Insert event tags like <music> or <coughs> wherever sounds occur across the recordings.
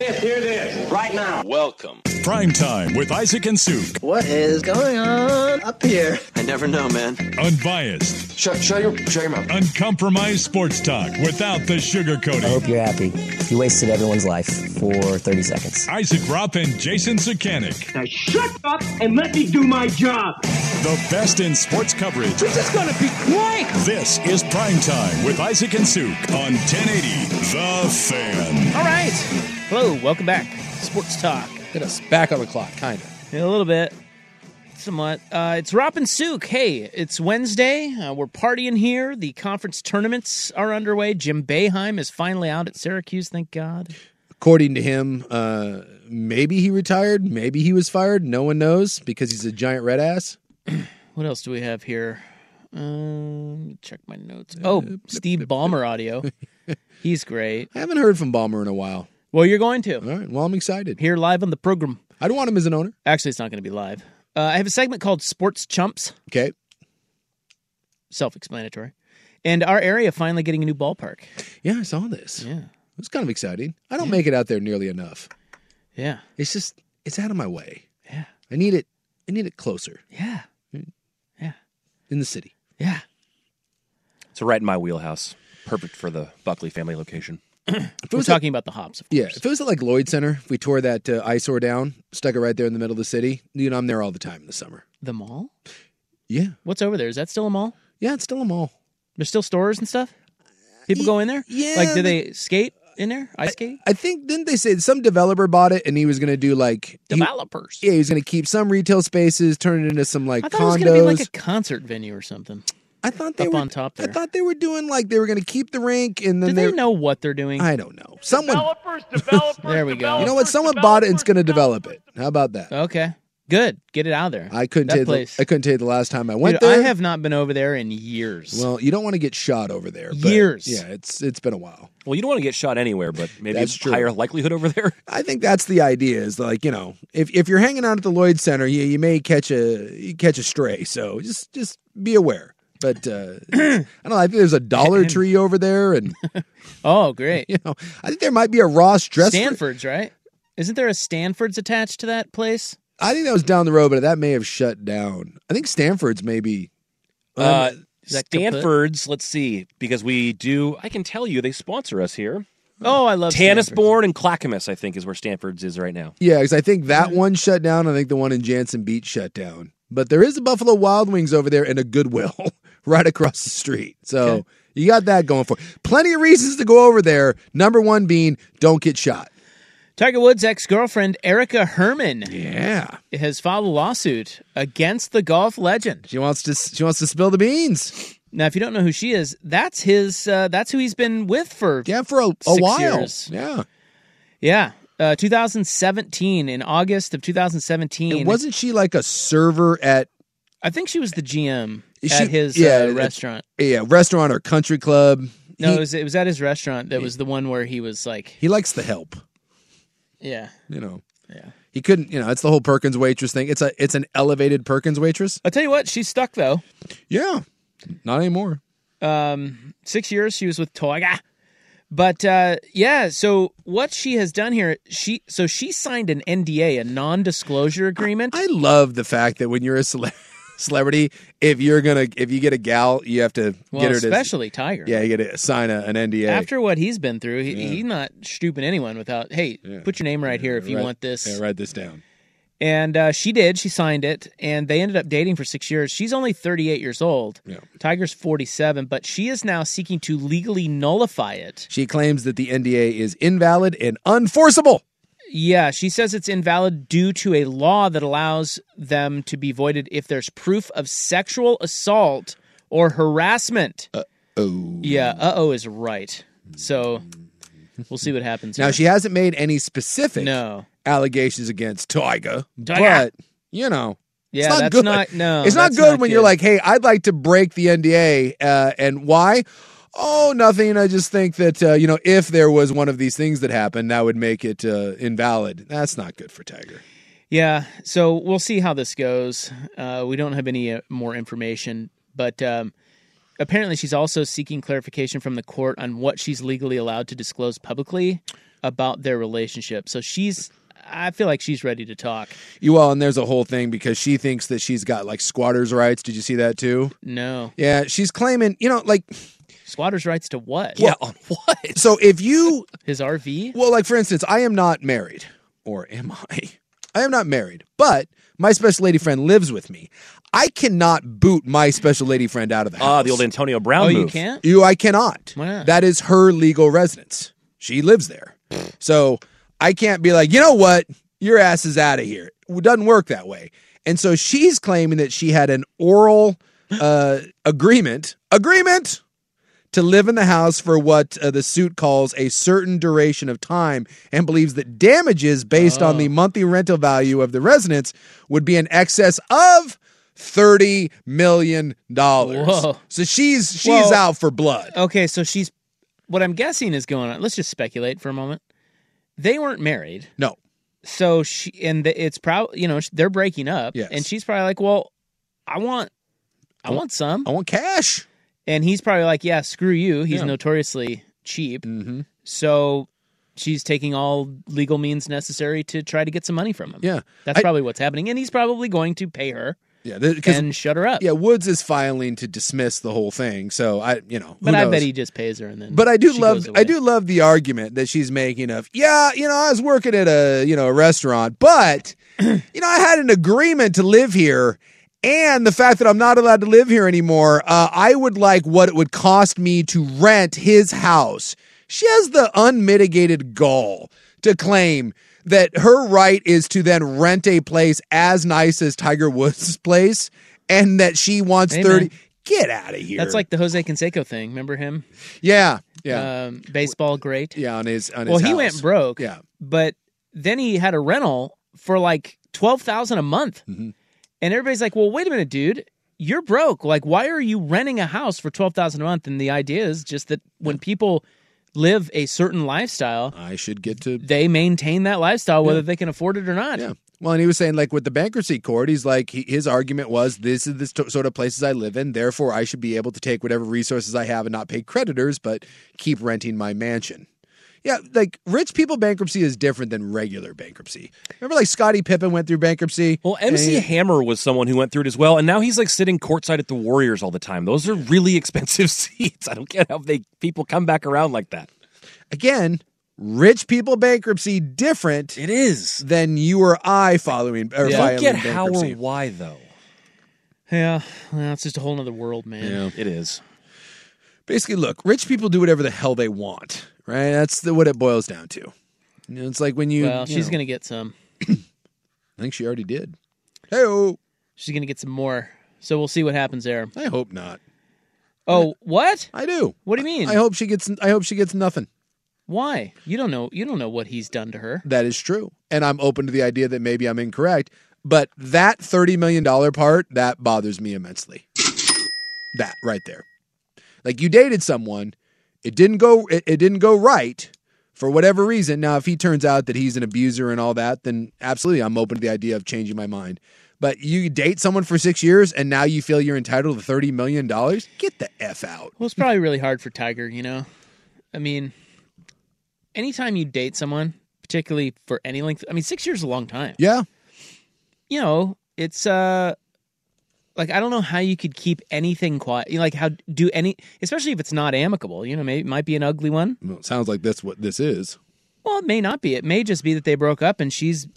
Yes, here it is, right now. Welcome. Prime Time with Isaac and Suk. What is going on up here? I never know, man. Unbiased. Shut, shut, your, shut your mouth. Uncompromised sports talk without the I sugarcoating. hope you're happy. You wasted everyone's life for 30 seconds. Isaac Rop and Jason Sakanik. Now shut up and let me do my job. The best in sports coverage. This is going to be great. This is Prime Time with Isaac and Suk on 1080 The Fan. All right. Hello. Welcome back. Sports Talk. Get us back on the clock, kind of. A little bit. Somewhat. Uh, it's Rop and Sook. Hey, it's Wednesday. Uh, we're partying here. The conference tournaments are underway. Jim Beheim is finally out at Syracuse, thank God. According to him, uh, maybe he retired, maybe he was fired. No one knows because he's a giant red ass. What else do we have here? Um, check my notes. Oh, Steve Ballmer <laughs> audio. He's great. I haven't heard from Ballmer in a while. Well, you're going to. All right, well, I'm excited. Here live on the program. I don't want him as an owner. Actually, it's not going to be live. Uh, I have a segment called Sports Chumps. Okay. Self explanatory. And our area finally getting a new ballpark. Yeah, I saw this. Yeah. It's kind of exciting. I don't make it out there nearly enough. Yeah. It's just, it's out of my way. Yeah. I need it, I need it closer Yeah. in the city. Yeah. It's right in my wheelhouse. Perfect for the Buckley family location. If it We're was talking about the hops, of course. Yeah, if it was at like Lloyd Center, if we tore that uh, eyesore down, stuck it right there in the middle of the city, you know, I'm there all the time in the summer. The mall? Yeah. What's over there? Is that still a mall? Yeah, it's still a mall. There's still stores and stuff? People go in there? Uh, yeah, Like, do they- they, skate in there? Ice skate? I think didn't they say some developer bought it and he was going to do like he- Developers. yeah he was going to keep some retail spaces, turn it into some like I thought condos. it was going to be like a concert venue or something. I thought they up were on top I there. thought they were doing like they were going to keep the rink and Do then they were- know what they're doing? I don't know. Someone there we go. you know what? Someone bought it and it's going to develop it. How about that? Okay. Good. Get it out of there. I couldn't that tell you place. the, I couldn't tell you the last time I Dude, went there. I have not been over there in years. well, you don't want to get shot over there. but Years. Yeah, it's it's been a while. Well, you don't want to get shot anywhere, but maybe That's it's true. higher likelihood <laughs> over there. I think that's the idea. Is like you know, if if you're hanging out at the Lloyd Center, you you may catch a you catch a stray. So just just be aware. But uh, I don't know. I think there's a Dollar Tree over there, and <laughs> oh, great. you know, I think there might be a Ross <laughs> dress. for- Stanford's, right? Isn't there a Stanford's attached to that place? I think that was down the road, but that may have shut down. I think Stanford's maybe. Uh, Um, Is that kaput? Stanford's, let's see, because we do, I can tell you they sponsor us here. Uh, Oh, I love Stanford's. Tannisbourne and Clackamas, I think, is where Stanford's is right now. Yeah, because I think that one shut down. I think the one in Jansen Beach shut down. But there is a Buffalo Wild Wings over there and a Goodwill <laughs> right across the street. So you got that going for you. Plenty of reasons to go over there. Number one being don't get shot. Tiger Woods' ex girlfriend, Erica Herman, Yeah, has filed a lawsuit against the golf legend. she wants to. She wants to spill the beans. Now, if you don't know who she is, that's his. Uh, that's who he's been with for. Yeah, for a, a Six while. years. Yeah, Yeah. Uh, 2017, in August of 2017. and wasn't she like a server at I think she was the GM Is at she- his yeah, uh, it's- restaurant. a uh, restaurant or country club? No, he, it, was, it was at his restaurant that was the one where he was like, he likes the help. yeah. You know. Yeah. He couldn't, you know, it's the whole Perkins waitress thing. It's a it's an elevated Perkins waitress. I'll tell you what, she's stuck though. Uh, Yeah. Not anymore. um, six years she was with Toyga. But uh, yeah, so what she has done here, she so she signed an NDA, a non-disclosure agreement. I love the fact that when you're a cele- <laughs> celebrity. If you're gonna, if you get a gal, you have to Well, get her to especially Tiger. Yeah, you got to sign a, an NDA. After what he's been through, he, he's not stooping anyone without, hey, put your name right here if you Write- want this. yeah, write this down. And uh, she did. She signed it, and they ended up dating for six years. She's only 38 years old. Tiger's 47, but she is now seeking to legally nullify it. She claims that the NDA is invalid and unforceable. Yeah, she says it's invalid due to a law that allows them to be voided if there's proof of sexual assault or harassment. Uh oh. Yeah, uh oh is right. So we'll see what happens. Now here. she hasn't made any specific No. allegations against Tyga, Tyga. but you know, Yeah, it's not that's good. not. No. it's not that's good when you're like, "Hey, I'd like to break the NDA," uh, and why? Oh, nothing. I just think that uh, you know, if there was one of these things that happened, that would make it uh, invalid. That's not good for Tiger. Yeah, so we'll see how this goes. Uh, we don't have any uh, more information, but um, apparently she's also seeking clarification from the court on what she's legally allowed to disclose publicly about their relationship. So she's, I feel like she's ready to talk. You well, and there's a whole thing because she thinks that she's got like squatters' rights. Did you see that too? No, Yeah, she's claiming, you know, <laughs> like squatters' rights to what? on what? So if you his RV. Well, like for instance, I am not married, or am I? I am not married, but my special lady friend lives with me. I cannot boot my special lady friend out of the house. Ah, the old Antonio Brown Oh, move. you can't. you, I cannot. Why not? That is her legal residence. She lives there, so I can't be like, you know what, your ass is out of here. It doesn't work that way. And so she's claiming that she had an oral uh, agreement agreement to live in the house for what uh, the suit calls a certain duration of time and believes that damages based Oh. on the monthly rental value of the residence would be in excess of $30 million. Whoa. So she's she's Well- out for blood. Okay, so she's. What I'm guessing is going on. Let's just speculate for a moment. They weren't married. No. so she and the, it's probably you know sh- they're breaking up Yes. and she's probably like well i want i want some I want cash. and he's probably like yeah screw you he's notoriously cheap Mm-hmm. so she's taking all legal means necessary to try to get some money from him Yeah. that's I- probably what's happening and he's probably going to pay her Yeah, because and shut her up yeah, Woods is filing to dismiss the whole thing. So I, you know, who but i knows? bet he just pays her and then But I do she love goes away. I do love the argument that she's making of yeah you know I was working at a you know a <clears throat> restaurant but you know I had an agreement to live here and the fact that I'm not allowed to live here anymore uh, I would like what it would cost me to rent his house. She has the unmitigated gall to claim that her right is to then rent a place as nice as Tiger Woods' place and that she wants Hey, thirty. man. Get out of here. that's like the jose canseco thing remember him yeah yeah. um, baseball great yeah, on his on his well he house. went broke Yeah. but then he had a rental for like 12000 a month Mm-hmm. and everybody's like well wait a minute dude you're broke like why are you renting a house for 12000 a month and the idea is just that when people live a certain lifestyle I should get to. they maintain that lifestyle whether they can afford it or not Yeah. Well, and he was saying, like, with the bankruptcy court, he's like, he, his argument was, this is the sto- sort of places I live in. Therefore, I should be able to take whatever resources I have and not pay creditors, but keep renting my mansion. Yeah, like rich people bankruptcy is different than regular bankruptcy. Remember, like Scottie Pippen went through bankruptcy. Well, MC And he- Hammer was someone who went through it as well, and now he's like sitting courtside at the Warriors all the time. Those are really <laughs> expensive seats. I don't get how they people come back around like that. again, rich people bankruptcy different It is. than you or I following or I filing don't get how or bankruptcy. why though. yeah well, it's just a whole nother world man It is. basically look rich people do whatever the hell they want right that's the, what it boils down to you know, it's like when you, well you she's know, gonna get some i think she already did hey she's gonna get some more so we'll see what happens there i hope not oh what i do What do you mean? i hope she gets i hope she gets nothing why you don't know you don't know what he's done to her that is true and i'm open to the idea that maybe i'm incorrect but that 30 million dollar part that bothers me immensely that right there like you dated someone it didn't go it, it didn't go right for whatever reason now if he turns out that he's an abuser and all that then absolutely i'm open to the idea of changing my mind but you date someone for six years and now you feel you're entitled to 30 million dollars get the f out Well, it's probably really hard for Tiger, you know? I mean, anytime you date someone, particularly for any length, I mean, six years is a long time. yeah You know, it's, uh, like I don't know how you could keep anything quiet. You know, like how do any, especially if it's not amicable. You know, maybe it might be an ugly one. Well, it sounds like that's what this is. Well, it may not be. It may just be that they broke up and she's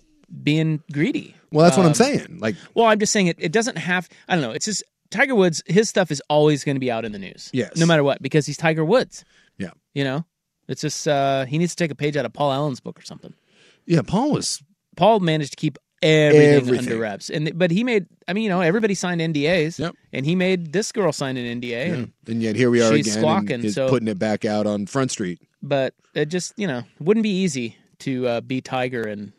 being greedy. Well, that's what I'm saying. Like, Well, I'm just saying it. It doesn't have. I don't know. It's just Tiger Woods. His stuff is always going to be out in the news. Yes. no matter what, because he's Tiger Woods. Yeah. you know, it's just uh, he needs to take a page out of Paul Allen's book or something. yeah, Paul was Paul managed to keep everything, Everything. under wraps, and but he made. I mean, you know, everybody signed NDAs. Yep. and he made this girl sign an NDA. And, And yet here we are She's again, squawking, and he's so- putting it back out on Front Street. but it just you know wouldn't be easy to uh, be Tiger and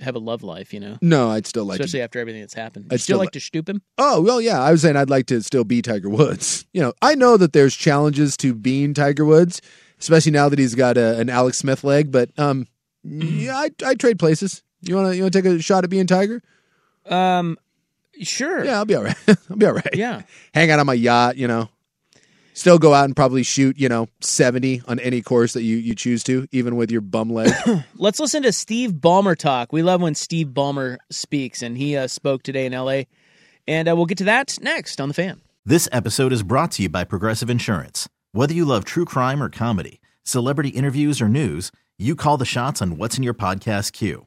have a love life. You know, No, I'd still like. especially To, after everything that's happened. I'd I'd still still like to li- stoop him. oh well, yeah. I was saying I'd like to still be Tiger Woods. <laughs> You know, I know that there's challenges to being Tiger Woods, especially now that he's got a, an Alex Smith leg. But um, Mm. yeah, I I trade places. You wanna you wanna take a shot at being Tiger? Um, sure. Yeah, I'll be all right. <laughs> I'll be all right. Yeah. hang out on my yacht. You know, still go out and probably shoot. You know, seventy on any course that you you choose to, even with your <laughs> bum leg. Let's listen to Steve Ballmer talk. We love when Steve Ballmer speaks, and he uh, spoke today in LA. And uh, we'll get to that next on the fan. This episode is brought to you by Progressive Insurance. Whether you love true crime or comedy, celebrity interviews or news, you call the shots on what's in your podcast queue.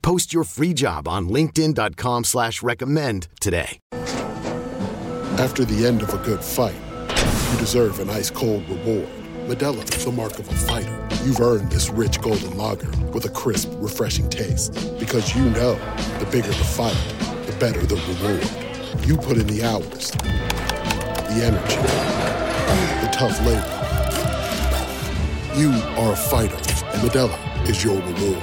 Post your free job on linkedin.com/recommend slash recommend today. After the end of a good fight, you deserve an ice cold reward. Medella is the mark of a fighter. You've earned this rich golden lager with a crisp, refreshing taste. Because you know the bigger the fight, the better the reward. You put in the hours, the energy, the tough labor. You are a fighter, and Medella is your reward.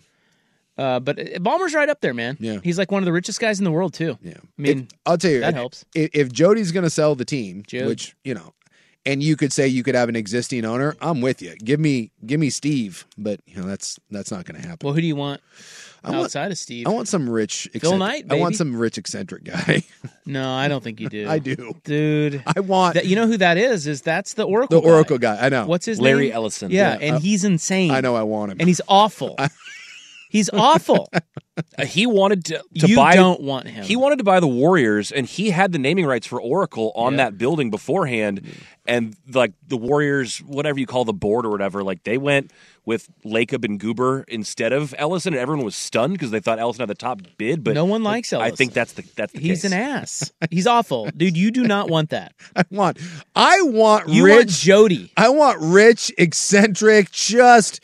Uh, but uh, Ballmer's right up there, man. Yeah. he's like one of the richest guys in the world too. Yeah, I mean, If- I'll tell you, that if- helps. If, if Jody's going to sell the team, Jody. which you know, and you could say you could have an existing owner, I'm with you. Give me, give me Steve, but you know that's that's not going to happen. well, who do you want I want- outside of Steve? I want some rich, eccentric, Knight, I want baby. some rich eccentric guy. <laughs> No, I don't think you do. I do. dude. I want That, you know who that is? Is that's the Oracle? the Oracle guy. I know What's his name? Larry Ellison. Yeah, Yeah, and I- he's insane. I know. I want him. and he's awful. he's awful. Uh, he wanted to, to You buy. don't want him. He wanted to buy the Warriors, and he had the naming rights for Oracle on that building beforehand. Mm-hmm. And like the Warriors, whatever you call the board or whatever, like they went with Lacob and Goober instead of Ellison, and everyone was stunned because they thought Ellison had the top bid. But No one likes I Ellison. think that's the that's the He's case. an ass. He's awful, dude. You do not want that. <laughs> I want. I want You rich want Jody. I want rich, eccentric, just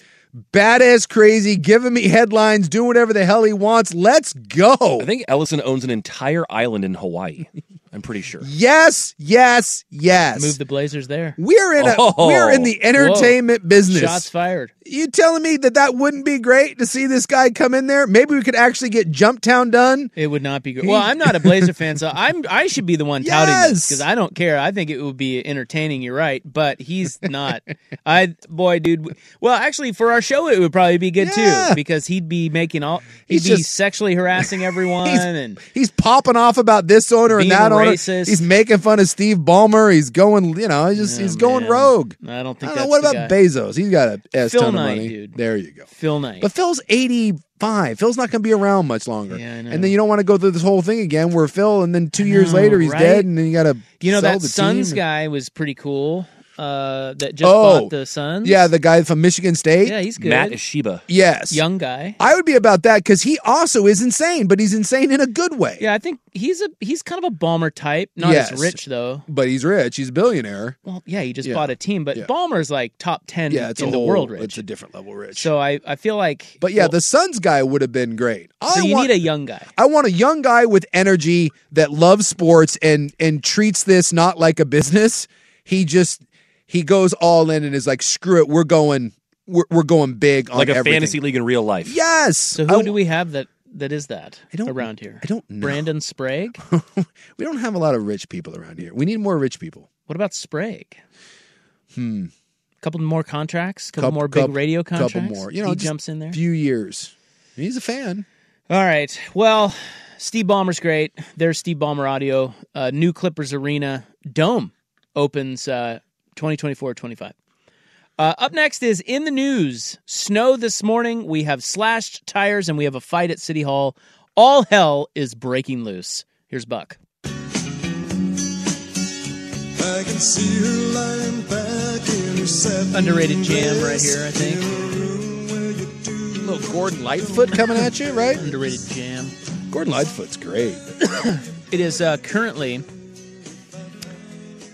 badass, crazy, giving me headlines, doing whatever the hell he wants. Let's go. I think Ellison owns an entire island in Hawaii. I'm <laughs> pretty sure. Yes, yes, yes. Move the Blazers there. We're in a Oh. we're in the entertainment Whoa. business. Shots fired. You telling me that that wouldn't be great to see this guy come in there? Maybe we could actually get Jump Town done. It would not be good. Well, I'm not a <laughs> Blazer fan, so I'm I should be the one touting this because I don't care. I think it would be entertaining. You're right, but he's not. I boy, dude. Well, actually, for our show, it would probably be good Yeah. too because he'd be making all he'd He's be just- sexually <laughs> harassing everyone and He's popping off about this owner Being and that owner. racist. Oh, He's making fun of Steve Ballmer. He's going, you know, he's just he's going rogue. I don't think. I don't know. that's What the about guy. Bezos? He's got a S Phil ton Knight, of money. dude. There you go. Phil Knight? But Phil's 85. Phil's not going to be around much longer. Yeah, I know. And then you don't want to go through this whole thing again where Phil, and then two years know, later, he's right? dead, and then you got to You know sell that the Suns team. guy was pretty cool. Uh, that just Oh. bought the Suns. Yeah, the guy from Michigan State. yeah, he's good. Matt Ishiba. Yes. young guy. I would be about that because he also is insane, but he's insane in a good way. Yeah, I think he's a he's kind of a bomber type. Not Yes. as rich though. But he's rich. He's a billionaire. Well, yeah, he just Yeah. bought a team, but Yeah. Ballmer's like top ten Yeah, it's in a the whole- world rich. It's a different level rich. So I, I feel like But yeah, the Suns guy would have been great. I so you want, need a young guy. I want a young guy with energy that loves sports and and treats this not like a business. He just he goes all in and is like, screw it, we're going we're, we're going big on Like a everything. fantasy league in real life. Yes. So who do we have that that is that I don't- around here? I don't know. Brandon <laughs> Sprague. We don't have a lot of rich people around here. We need more rich people. What about Sprague? Hmm. A couple more contracts. Couple, Coup- more big coup- radio couple contracts. more. You know, he just jumps in there. Few years. He's a fan. All right. Well, Steve Ballmer's great. There's Steve Ballmer audio. Uh, new Clippers Arena Dome opens uh, 2024-25. Uh, up next is in the news. Snow this morning. We have slashed tires and we have a fight at City Hall. All hell is breaking loose. Here's Buck. I can see her lying back in her satin Underrated jam right dress. here, I think. little Gordon Lightfoot coming at you, right? Underrated jam. Gordon Lightfoot's great. It is uh, currently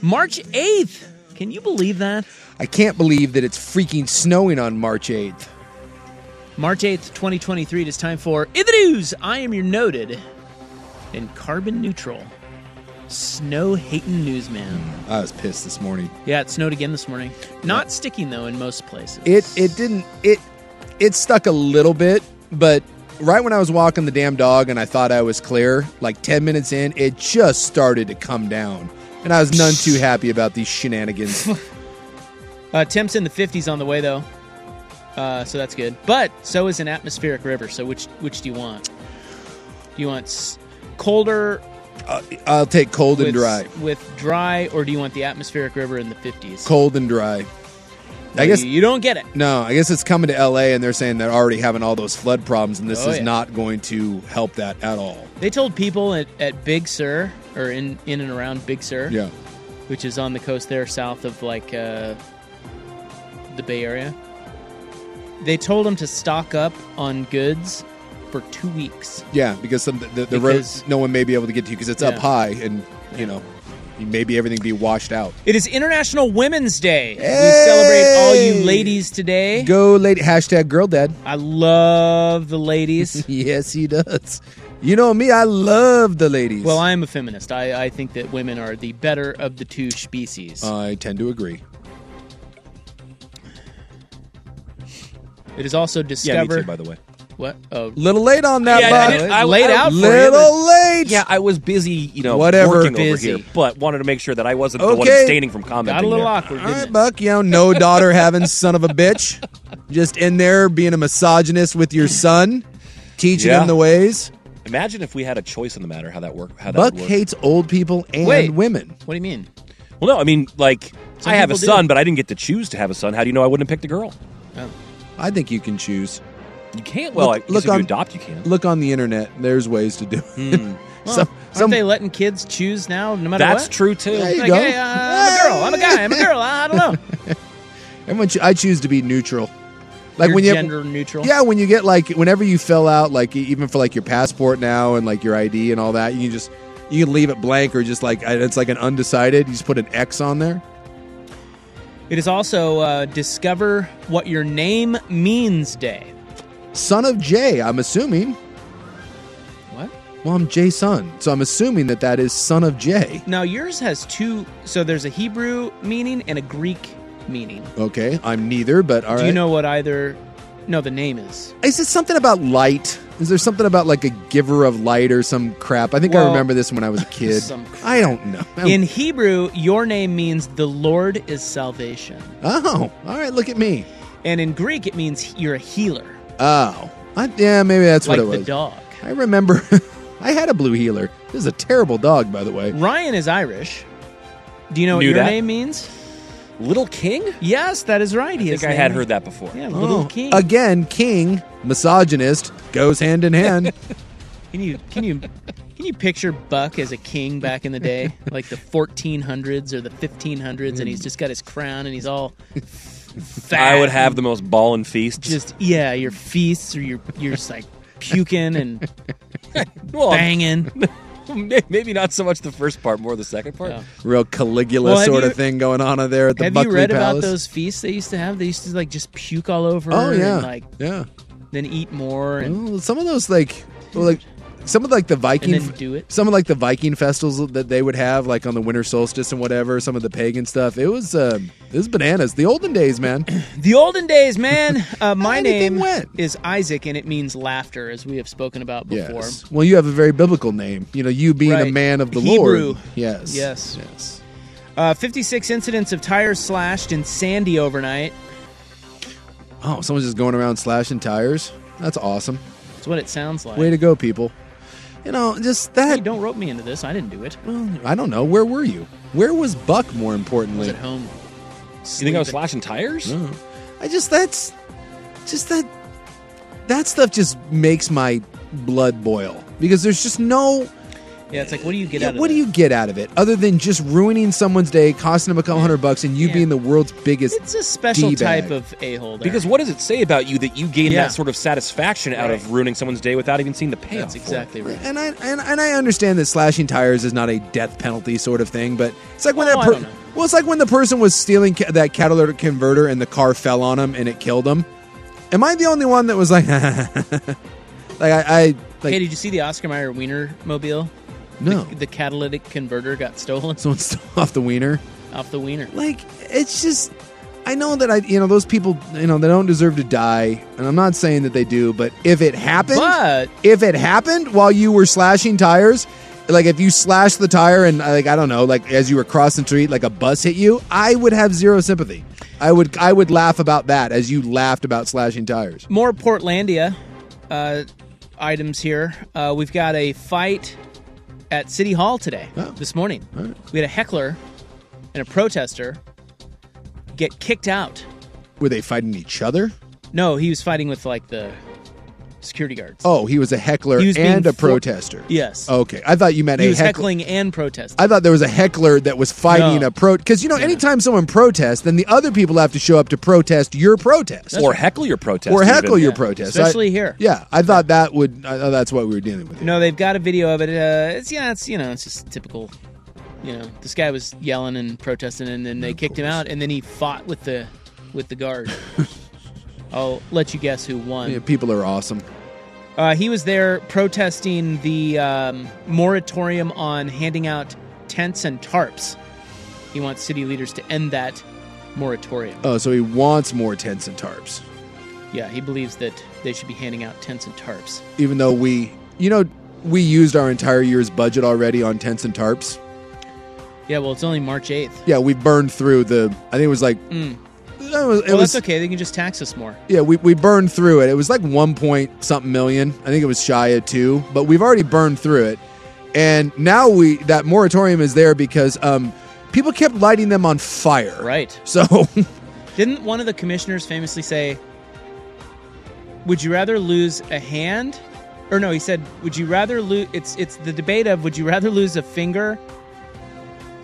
March 8th. Can you believe that? I can't believe that it's freaking snowing on March 8th. March 8th, 2023. It is time for In the News. I am your noted and carbon neutral snow hating newsman. I was pissed this morning. Yeah, it snowed again this morning. Not sticking, though, in most places. It it didn't it it stuck a little bit, but right when I was walking the damn dog and I thought I was clear, like 10 minutes in, it just started to come down. And I was none too happy about these <laughs> shenanigans. Uh, temps in the 50s on the way, though. Uh, so that's good. But so is an atmospheric river. So which which do you want? Do you want s- colder I'll take cold with- and dry. with dry, or do you want the atmospheric river in the 50s? Cold and dry. Well, I guess you, you don't get it. No, I guess it's coming to LA and they're saying they're already having all those flood problems and this Oh, is yeah. not going to help that at all. They told people at, at Big Sur or in in and around Big Sur, Yeah. which is on the coast there, south of like uh, the Bay Area. They told them to stock up on goods for two weeks. Yeah, because some the, the, the Because- roads no one may be able to get to because it's up Yeah. high and you know maybe everything be washed out. It is International Women's Day. We celebrate all you ladies today. Go lady hashtag girl dad. I love the <laughs> ladies. yes, he does. You know me, I love the ladies. Well, I am a feminist. I, I think that women are the better of the two species. I tend to agree. it is also discovered. by the way. What? Oh, Little late on that, Yeah, I bud. didn't- I- Laid I- out for you, Little late. Yeah, I was busy, you know, Whatever. working Busy. over here, but wanted to make sure that I wasn't the one Okay. abstaining from commenting. Got a little there. awkward, All didn't right, it? Buck. You know, no daughter having son of a bitch. Just in there being a misogynist with your son, teaching Yeah. him the ways. Imagine if we had a choice in the matter, how that work, how that Buck would work. hates old people and Wait. women. What do you mean? Well, no, I mean, like, Some I have a people do. son, but I didn't get to choose to have a son. How do you know I wouldn't have picked a girl? I think you can choose. You can't. Well, I guess if you adopt, you can. Look on the internet. There's ways to do it. <laughs> Well, Some- aren't some- they letting kids choose now, no matter That's what? true too. There you Like, go. hey, uh, I'm a girl. I'm a guy. I'm a girl. I, I don't know. Everyone, cho- I choose to be neutral. <laughs> Like You're when you gender neutral. Yeah, when you get like whenever you fill out like e- even for like your passport now and like your ID and all that, you can just you can leave it blank or just like it's like an undecided. You just put an X on there. It is also uh, discover what your name means day. Son of Jay, I'm assuming. What? Well, I'm Jay Son, so I'm assuming that that is son of Jay. Now yours has two. So there's a Hebrew meaning and a Greek meaning. Okay, I'm neither, but all Do right. you know what either? No, the name is. Is it something about light? Is there something about like a giver of light or some crap? I think I Well, remember this when I was a kid. some crap. I don't know. I don't- In Hebrew, your name means the Lord is salvation. oh, all right. Look at me. And in Greek, it means you're a healer, Oh, I, yeah, maybe that's like what it the was. dog. I remember. <laughs> I had a blue healer. This is a terrible dog, by the way. Ryan is Irish. Do you know what Knew your that. name means? Little King? Yes, that is right. I think I had heard that before. Yeah, Little Oh, King. Again, king, misogynist goes hand <laughs> in hand. Can you can you can you picture Buck as a king back in the <laughs> day, like the 1400s or the 1500s, and he's just got his crown and he's all fat. <laughs> I would have the most ball and feast. just yeah, your feasts or your you're just like puking <laughs> and Oh, Well, banging. <laughs> may- maybe not so much the first part, more the second part. Real Caligula Well, have sort you- of thing going on in there at the have Buckley you read Palace. about those feasts they used to have? They used to like just puke all over. Oh, yeah. and, like yeah. then eat more and Well, some of those like well, like some of like the Viking And then do it. some of like the Viking festivals that they would have like on the winter solstice and whatever some of the pagan stuff it was uh, it was bananas the olden <coughs> days man The olden days, <laughs> man. Uh, my Anything name went. is Isaac, and it means laughter, as we have spoken about before. yes well you have a very biblical name you know you being a Right. man of the Hebrew. Lord yes Yes. yes Uh, 56 incidents of tires slashed in Sandy overnight. oh someone's just going around slashing tires that's awesome That's what it sounds like. way to go people you know just that Hey, don't rope me into this. I didn't do it. I don't know where were you where was Buck more I was importantly at home. You think I was slashing tires? Mm. I just that's just that that stuff just makes my blood boil because there's just no Yeah, it's like, what do you get yeah, out of what do this? you get out of it other than just ruining someone's day, costing them a couple hundred bucks, and you Yeah. being the world's biggest. It's a special D-bag. type of a hole. Because what does it say about you that you gain Yeah. that sort of satisfaction out of ruining someone's day without even seeing the payoff? That's exactly right. and I and, and I understand that slashing tires is not a death penalty sort of thing, but it's like when Oh, I that per- don't know. well, it's like when the person was stealing ca- that catalytic converter and the car fell on him and it killed him. Am I the only one that was like, <laughs> like I, I like hey, did you see the Oscar Mayer Wiener mobile? no? The, the catalytic converter got stolen <laughs> Someone stole off the wiener. off the wiener. like it's just i know that i you know those people you know they don't deserve to die and i'm not saying that they do but if it happened But if it happened while you were slashing tires like if you slashed the tire and uh, like i don't know like as you were crossing the street like a bus hit you i would have zero sympathy i would i would laugh about that as you laughed about slashing tires more Portlandia uh, items here. Uh, we've got a fight at City Hall today, Oh. this morning. We had a heckler and a protester get kicked out. were they fighting each other No, he was fighting with like the security guards. oh he was a heckler He was being and a for- protester Yes. okay i thought you meant he a was heckler heckling and protesting. I thought there was a heckler that was fighting No. a pro because you know anytime someone protests, then the other people have to show up to protest your protest Or heckle your protest. or heckle even. your protest. I- especially here. Yeah, I thought that would I thought that's what we were dealing with. Here. No, they've got a video of it. Uh, it's yeah, it's you know, it's just typical. You know, this guy was yelling and protesting, and then they kicked him out, and then he fought with the with the guard. I'll let you guess who won. Yeah, people are awesome. Uh, he was there protesting the um, moratorium on handing out tents and tarps. He wants city leaders to end that moratorium. Oh, so he wants more tents and tarps, Yeah, he believes that they should be handing out tents and tarps. even though we, you know, we used our entire year's budget already on tents and tarps. Yeah, well, it's only March 8th. Yeah, we burned through the. I think it was like Mm. it was, it Well, was that's okay. They can just tax us more. Yeah, we, we burned through it. It was like one point something million. I think it was shy of two, but we've already burned through it. And now we that moratorium is there because um, people kept lighting them on fire. Right. So <laughs> Didn't one of the commissioners famously say, "Would you rather lose a hand?" Or no, he said, "Would you rather lose?" It's it's the debate of would you rather lose a finger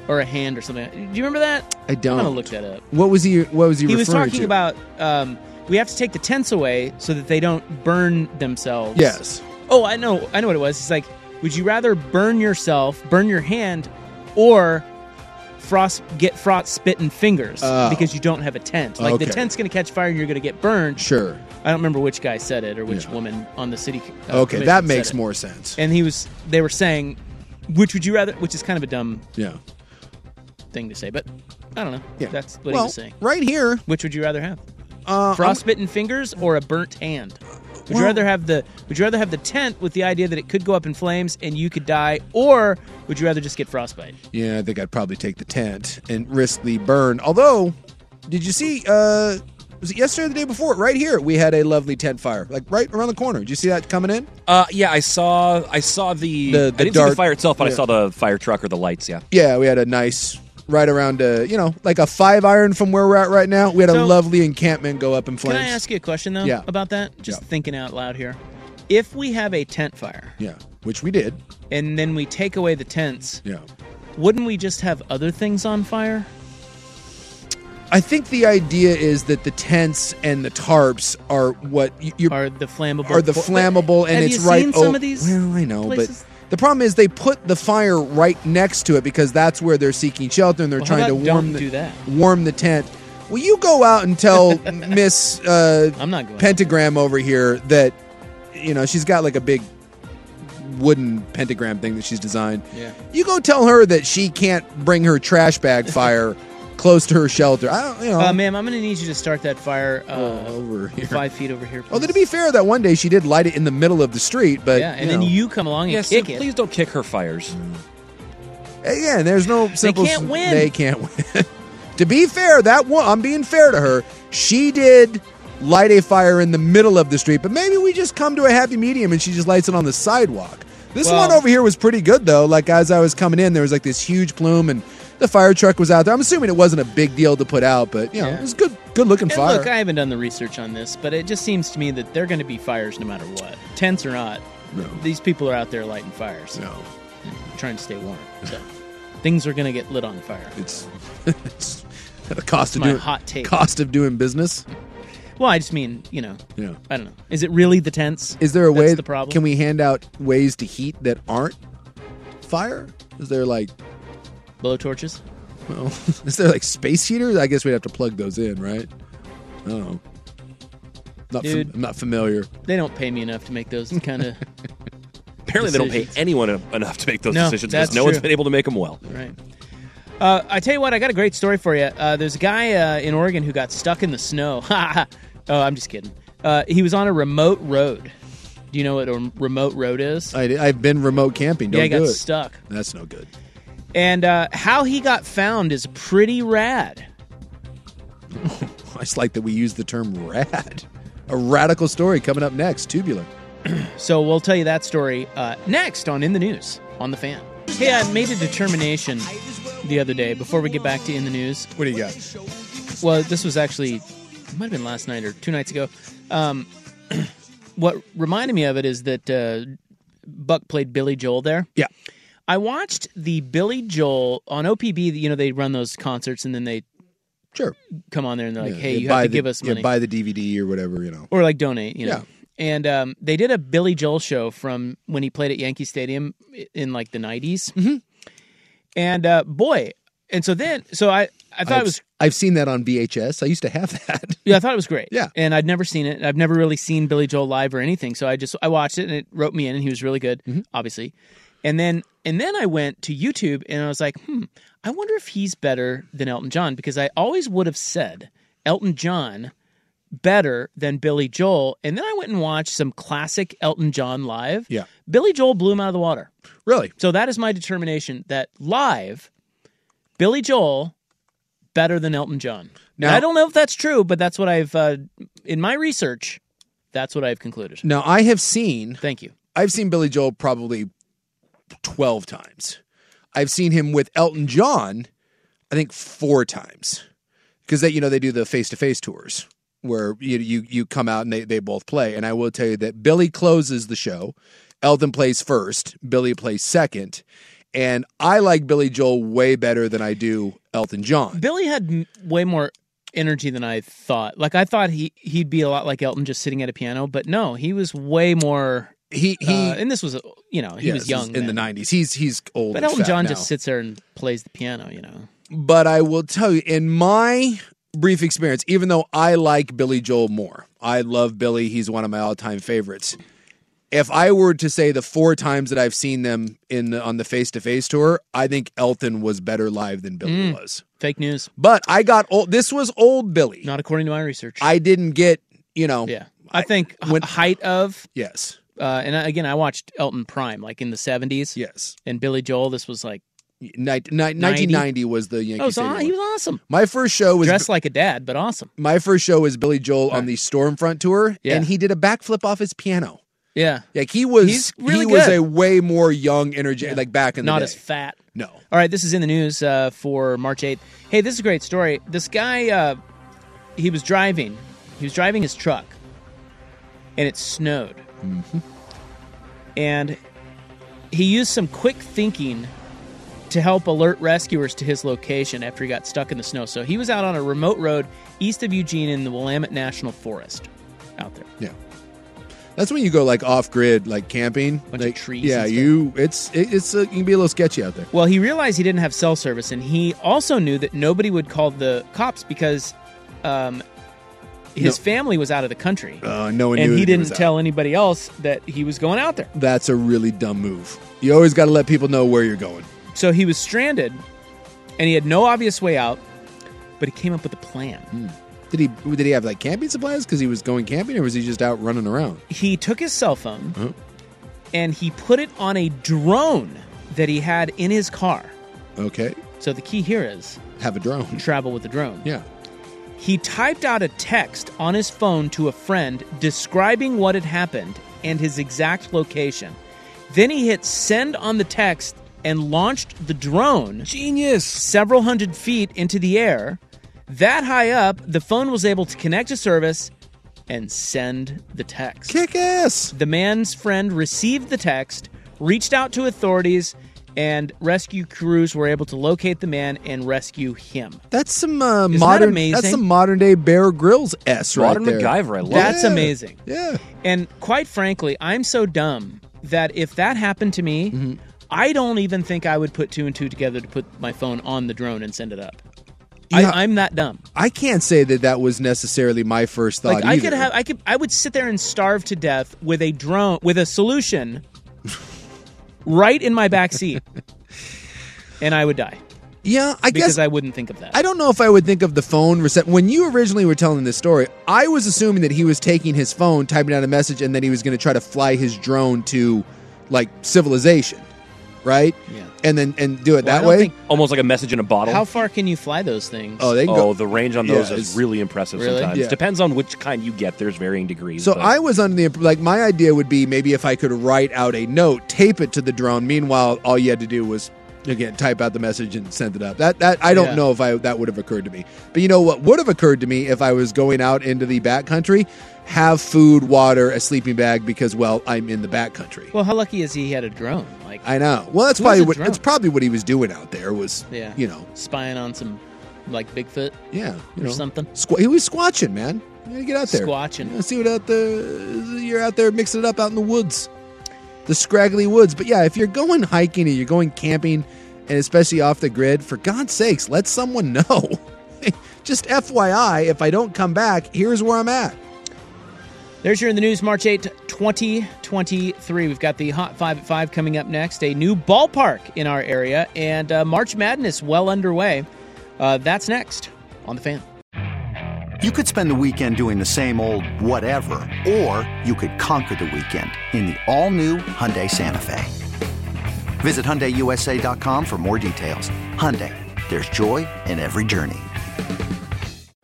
or a hand or something. Do you remember that? I I'm don't. gonna look that up. What was he? What was he? He was referring talking to? about um, we have to take the tents away so that they don't burn themselves. Yes. Oh, I know. I know what it was. He's like, "Would you rather burn yourself, burn your hand, or?" frost get frost spitting fingers Oh. because you don't have a tent. Like the Okay. tent's going to catch fire and you're going to get burned. Sure. I don't remember which guy said it or which woman on the city. uh, okay, commission that said makes it. more sense. And he was they were saying, which would you rather? Which is kind of a dumb Yeah. thing to say, but I don't know. Yeah. That's what Well, he was saying. Right here. Which would you rather have? Uh, Frostbitten fingers or a burnt hand? Would Well- you rather have the Would you rather have the tent with the idea that it could go up in flames and you could die, or would you rather just get frostbite? Yeah, I think I'd probably take the tent and risk the burn. Although, did you see? Uh, was it yesterday or the day before? Right here, we had a lovely tent fire, like right around the corner. Did you see that coming in? Uh, yeah, I saw I saw the, The- the I didn't see dark- the fire itself, but yeah. I saw the fire truck or the lights. Yeah, Yeah, we had a nice right around a you know like a five iron from where we're at right now. We had a So- lovely encampment go up in flames. Can I ask you a question though? Yeah. About that, just thinking out loud here. If we have a tent fire, yeah, which we did. and then we take away the tents, Yeah. wouldn't we just have other things on fire? I think the idea is that the tents and the tarps are what you, you're are the flammable are the flammable, and Have it's you right. seen some o- of these well, I know, places? but the problem is they put the fire right next to it because that's where they're seeking shelter and they're Well, how trying to about warm don't the do that? warm the tent. Well, you go out and tell <laughs> Miss uh, I'm not going. Pentagram over here that you know she's got like a big wooden pentagram thing that she's designed. Yeah. You go tell her that she can't bring her trash <laughs> bag fire close to her shelter. I don't, you know. Uh, ma'am, I'm going to need you to start that fire uh, over here. five feet over here. Although to be fair, that one day she did light it in the middle of the street, but yeah, and then know. you come along and yeah. so kick it. please don't kick her fires. Again, Uh, there's no simple. can't win. They can't win. <laughs> to be fair, that one I'm being fair to her. She did light a fire in the middle of the street, but maybe we just come to a happy medium and she just lights it on the sidewalk. This Well- one over here was pretty good though. Like as I was coming in, there was like this huge plume and the fire truck was out there. I'm assuming it wasn't a big deal to put out, but you know, Yeah. it was good good looking And fire. look, I haven't done the research on this, but it just seems to me that they're going to be fires no matter what, tents or not. No. These people are out there lighting fires. No. trying to stay warm. So things are going to get lit on fire. it's, <laughs> it's the cost It's of my doing hot take. cost of doing business. Well, I just mean, you know, Yeah. I don't know. Is it really the tents? Is there a That's way? the problem? Can we hand out ways to heat that aren't fire? Is there like, blow torches? well, is there like space heaters? I guess we'd have to plug those in, right? I don't know. Not fam- Dude. I'm not familiar. They don't pay me enough to make those kind <laughs> of Apparently, they don't Decisions. pay anyone en- enough to make those No, decisions that's because no one's true. been able to make them well. Right. Uh, I tell you what, I got a great story for you. Uh, there's a guy uh, in Oregon who got stuck in the snow. <laughs> oh, I'm just kidding. Uh, he was on a remote road. Do you know what a remote road is? I, I've been remote camping. Don't yeah, he do got it. stuck. That's no good. <laughs> And uh, how he got found is pretty rad. I just like that we use the term rad. A radical story coming up next. Tubular. So we'll tell you that story uh, next on In the News on the Fan. Hey, I made a determination the other day before we get back to In the News. What do you got? Well, this was actually it might have been last night or two nights ago. Um, <clears throat> what reminded me of it is that uh, Buck played Billy Joel there. Yeah. I watched the Billy Joel on OPB. You know, they run those concerts and then they Sure. come on there and they're like, Yeah, "Hey, yeah, you buy have to the- give us yeah, money." buy the DVD or whatever. You know. or like donate, you know. Yeah. And um, they did a Billy Joel show from when he played at Yankee Stadium in like the 90s. Mm-hmm. And uh, boy, and so then, so I, I thought I've, it was, I've seen that on VHS. I used to have <laughs> that. yeah, I thought it was great. Yeah. And I'd never seen it. I've never really seen Billy Joel live or anything. So I just, I watched it and it wrote me in and he was really good, Mm-hmm. obviously. And then, and then I went to YouTube and I was like, hmm, I wonder if he's better than Elton John because I always would have said Elton John better than Billy Joel. And then I went and watched some classic Elton John live. Yeah. Billy Joel blew him out of the water. Really? So that is my determination that live, Billy Joel better than Elton John. Now- Now, I don't know if that's true, but that's what I've, uh, in my research, that's what I've concluded. Now I have seen Thank you. I've seen Billy Joel probably 12 times. I've seen him with Elton John, I think four times. Because they, you know, they do the face to face tours where you, you you come out and they, they both play. And I will tell you that Billy closes the show. Elton plays first, Billy plays second. And I like Billy Joel way better than I do Elton John. Billy had m- way more energy than I thought. Like, I thought he, he'd be a lot like Elton just sitting at a piano, but no, he was way more. He he uh, and this was, you know, he yeah, was this is young in then. the 90s. He's he's old. But and Elton fat John now. just sits there and plays the piano, you know. But I will tell you, in my brief experience, even though I like Billy Joel more, I love Billy. He's one of my all-time favorites. If I were to say the four times that I've seen them in the, on the face-to-face tour, I think Elton was better live than Billy Mm. was. Fake news. But I got old. This was old Billy. Not according to my research. I didn't get you know. Yeah. I think h- height of yes. Uh, and I, again, I watched Elton Prime like in the seventies. Yes. And Billy Joel. This was like Night, night, 1990 was the Yankee Oh, so Stadium he one. was awesome. My first show was dressed like a dad, but awesome. My first show was Billy Joel on the Stormfront tour, Yeah. and he did a backflip off his piano. Yeah. Like he was, He's really he was good. a way more young energy, like back in the Not day. as fat. No. All right, this is in the news uh, for March 8th. Hey, this is a great story. This guy, uh, he was driving. He was driving his truck, and it snowed. And he used some quick thinking to help alert rescuers to his location after he got stuck in the snow. So he was out on a remote road east of Eugene in the Willamette National Forest out there. Yeah. That's when you go like off grid, like camping, like trees Yeah, and stuff. you it's it, it's uh, you can be a little sketchy out there. Well, he realized he didn't have cell service, and he also knew that nobody would call the cops because um, his No. family was out of the country, Uh, no one and knew he that didn't was out. tell anybody else that he was going out there. That's a really dumb move. You always got to let people know where you're going. So he was stranded, and he had no obvious way out. But he came up with a plan. Hmm. Did he did he have like camping supplies because he was going camping, or was he just out running around? He took his cell phone Uh-huh. and he put it on a drone that he had in his car. Okay, So the key here is have a drone. <laughs> travel with the drone. Yeah. He typed out a text on his phone to a friend describing what had happened and his exact location. Then he hit send on the text and launched the drone. Genius. Several hundred feet into the air. That high up, the phone was able to connect to service and send the text. Kick ass! The man's friend received the text, reached out to authorities, and rescue crews were able to locate the man and rescue him. That's some uh, Isn't that modern. amazing? that's some modern day Bear Grylls s right Modern there. MacGyver, I love it. That's amazing. Yeah. And quite frankly, I'm so dumb that if that happened to me, Mm-hmm. I don't even think I would put two and two together to put my phone on the drone and send it up. Yeah. I, I'm that dumb. I can't say that that was necessarily my first thought. Like I could either. have, I could, I would sit there and starve to death with a drone, with a <laughs> solution, right in my back seat, and I would die. Yeah, I because guess- I wouldn't think of that. I don't know if I would think of the phone reset. When you originally were telling this story, I was assuming that he was taking his phone, typing out a message, and then he was going to try to fly his drone to like civilization, right? Yeah. And then and do it Well, I that don't way. think- Almost like a message in a bottle. How far can you fly those things? Oh, they can go- oh, the range on Yeah, those it's- is really impressive Really? sometimes. Yeah. Depends on which kind you get. There's varying degrees. So but- I was under the imp- like my idea would be maybe if I could write out a note, tape it to the drone. Meanwhile, all you had to do was again type out the message and send it up. That that I don't Yeah. know if I that would have occurred to me. But you know what would have occurred to me if I was going out into the backcountry, have food, water, a sleeping bag because well I'm in the backcountry. Well, how lucky is he? He had a drone. Like I know. Well, that's Who's probably a what drone? it's probably what he was doing out there was yeah, you know spying on some like Bigfoot. yeah you or know, something. Squ- he was squatching, man. You gotta get out there. Squatching. You know, see what out the you're out there mixing it up out in the woods, the scraggly woods. But yeah, if you're going hiking and you're going camping, and especially off the grid, for God's sakes, let someone <laughs> know. Just FYI, if I don't come back, here's where I'm at. There's your in the news, March 8, 2023. We've got the Hot 5 at 5 coming up next, a new ballpark in our area, and uh, March Madness well underway. Uh, that's next on The Fan. You could spend the weekend doing the same old whatever, or you could conquer the weekend in the all-new Hyundai Santa Fe. Visit HyundaiUSA.com for more details. Hyundai, there's joy in every journey.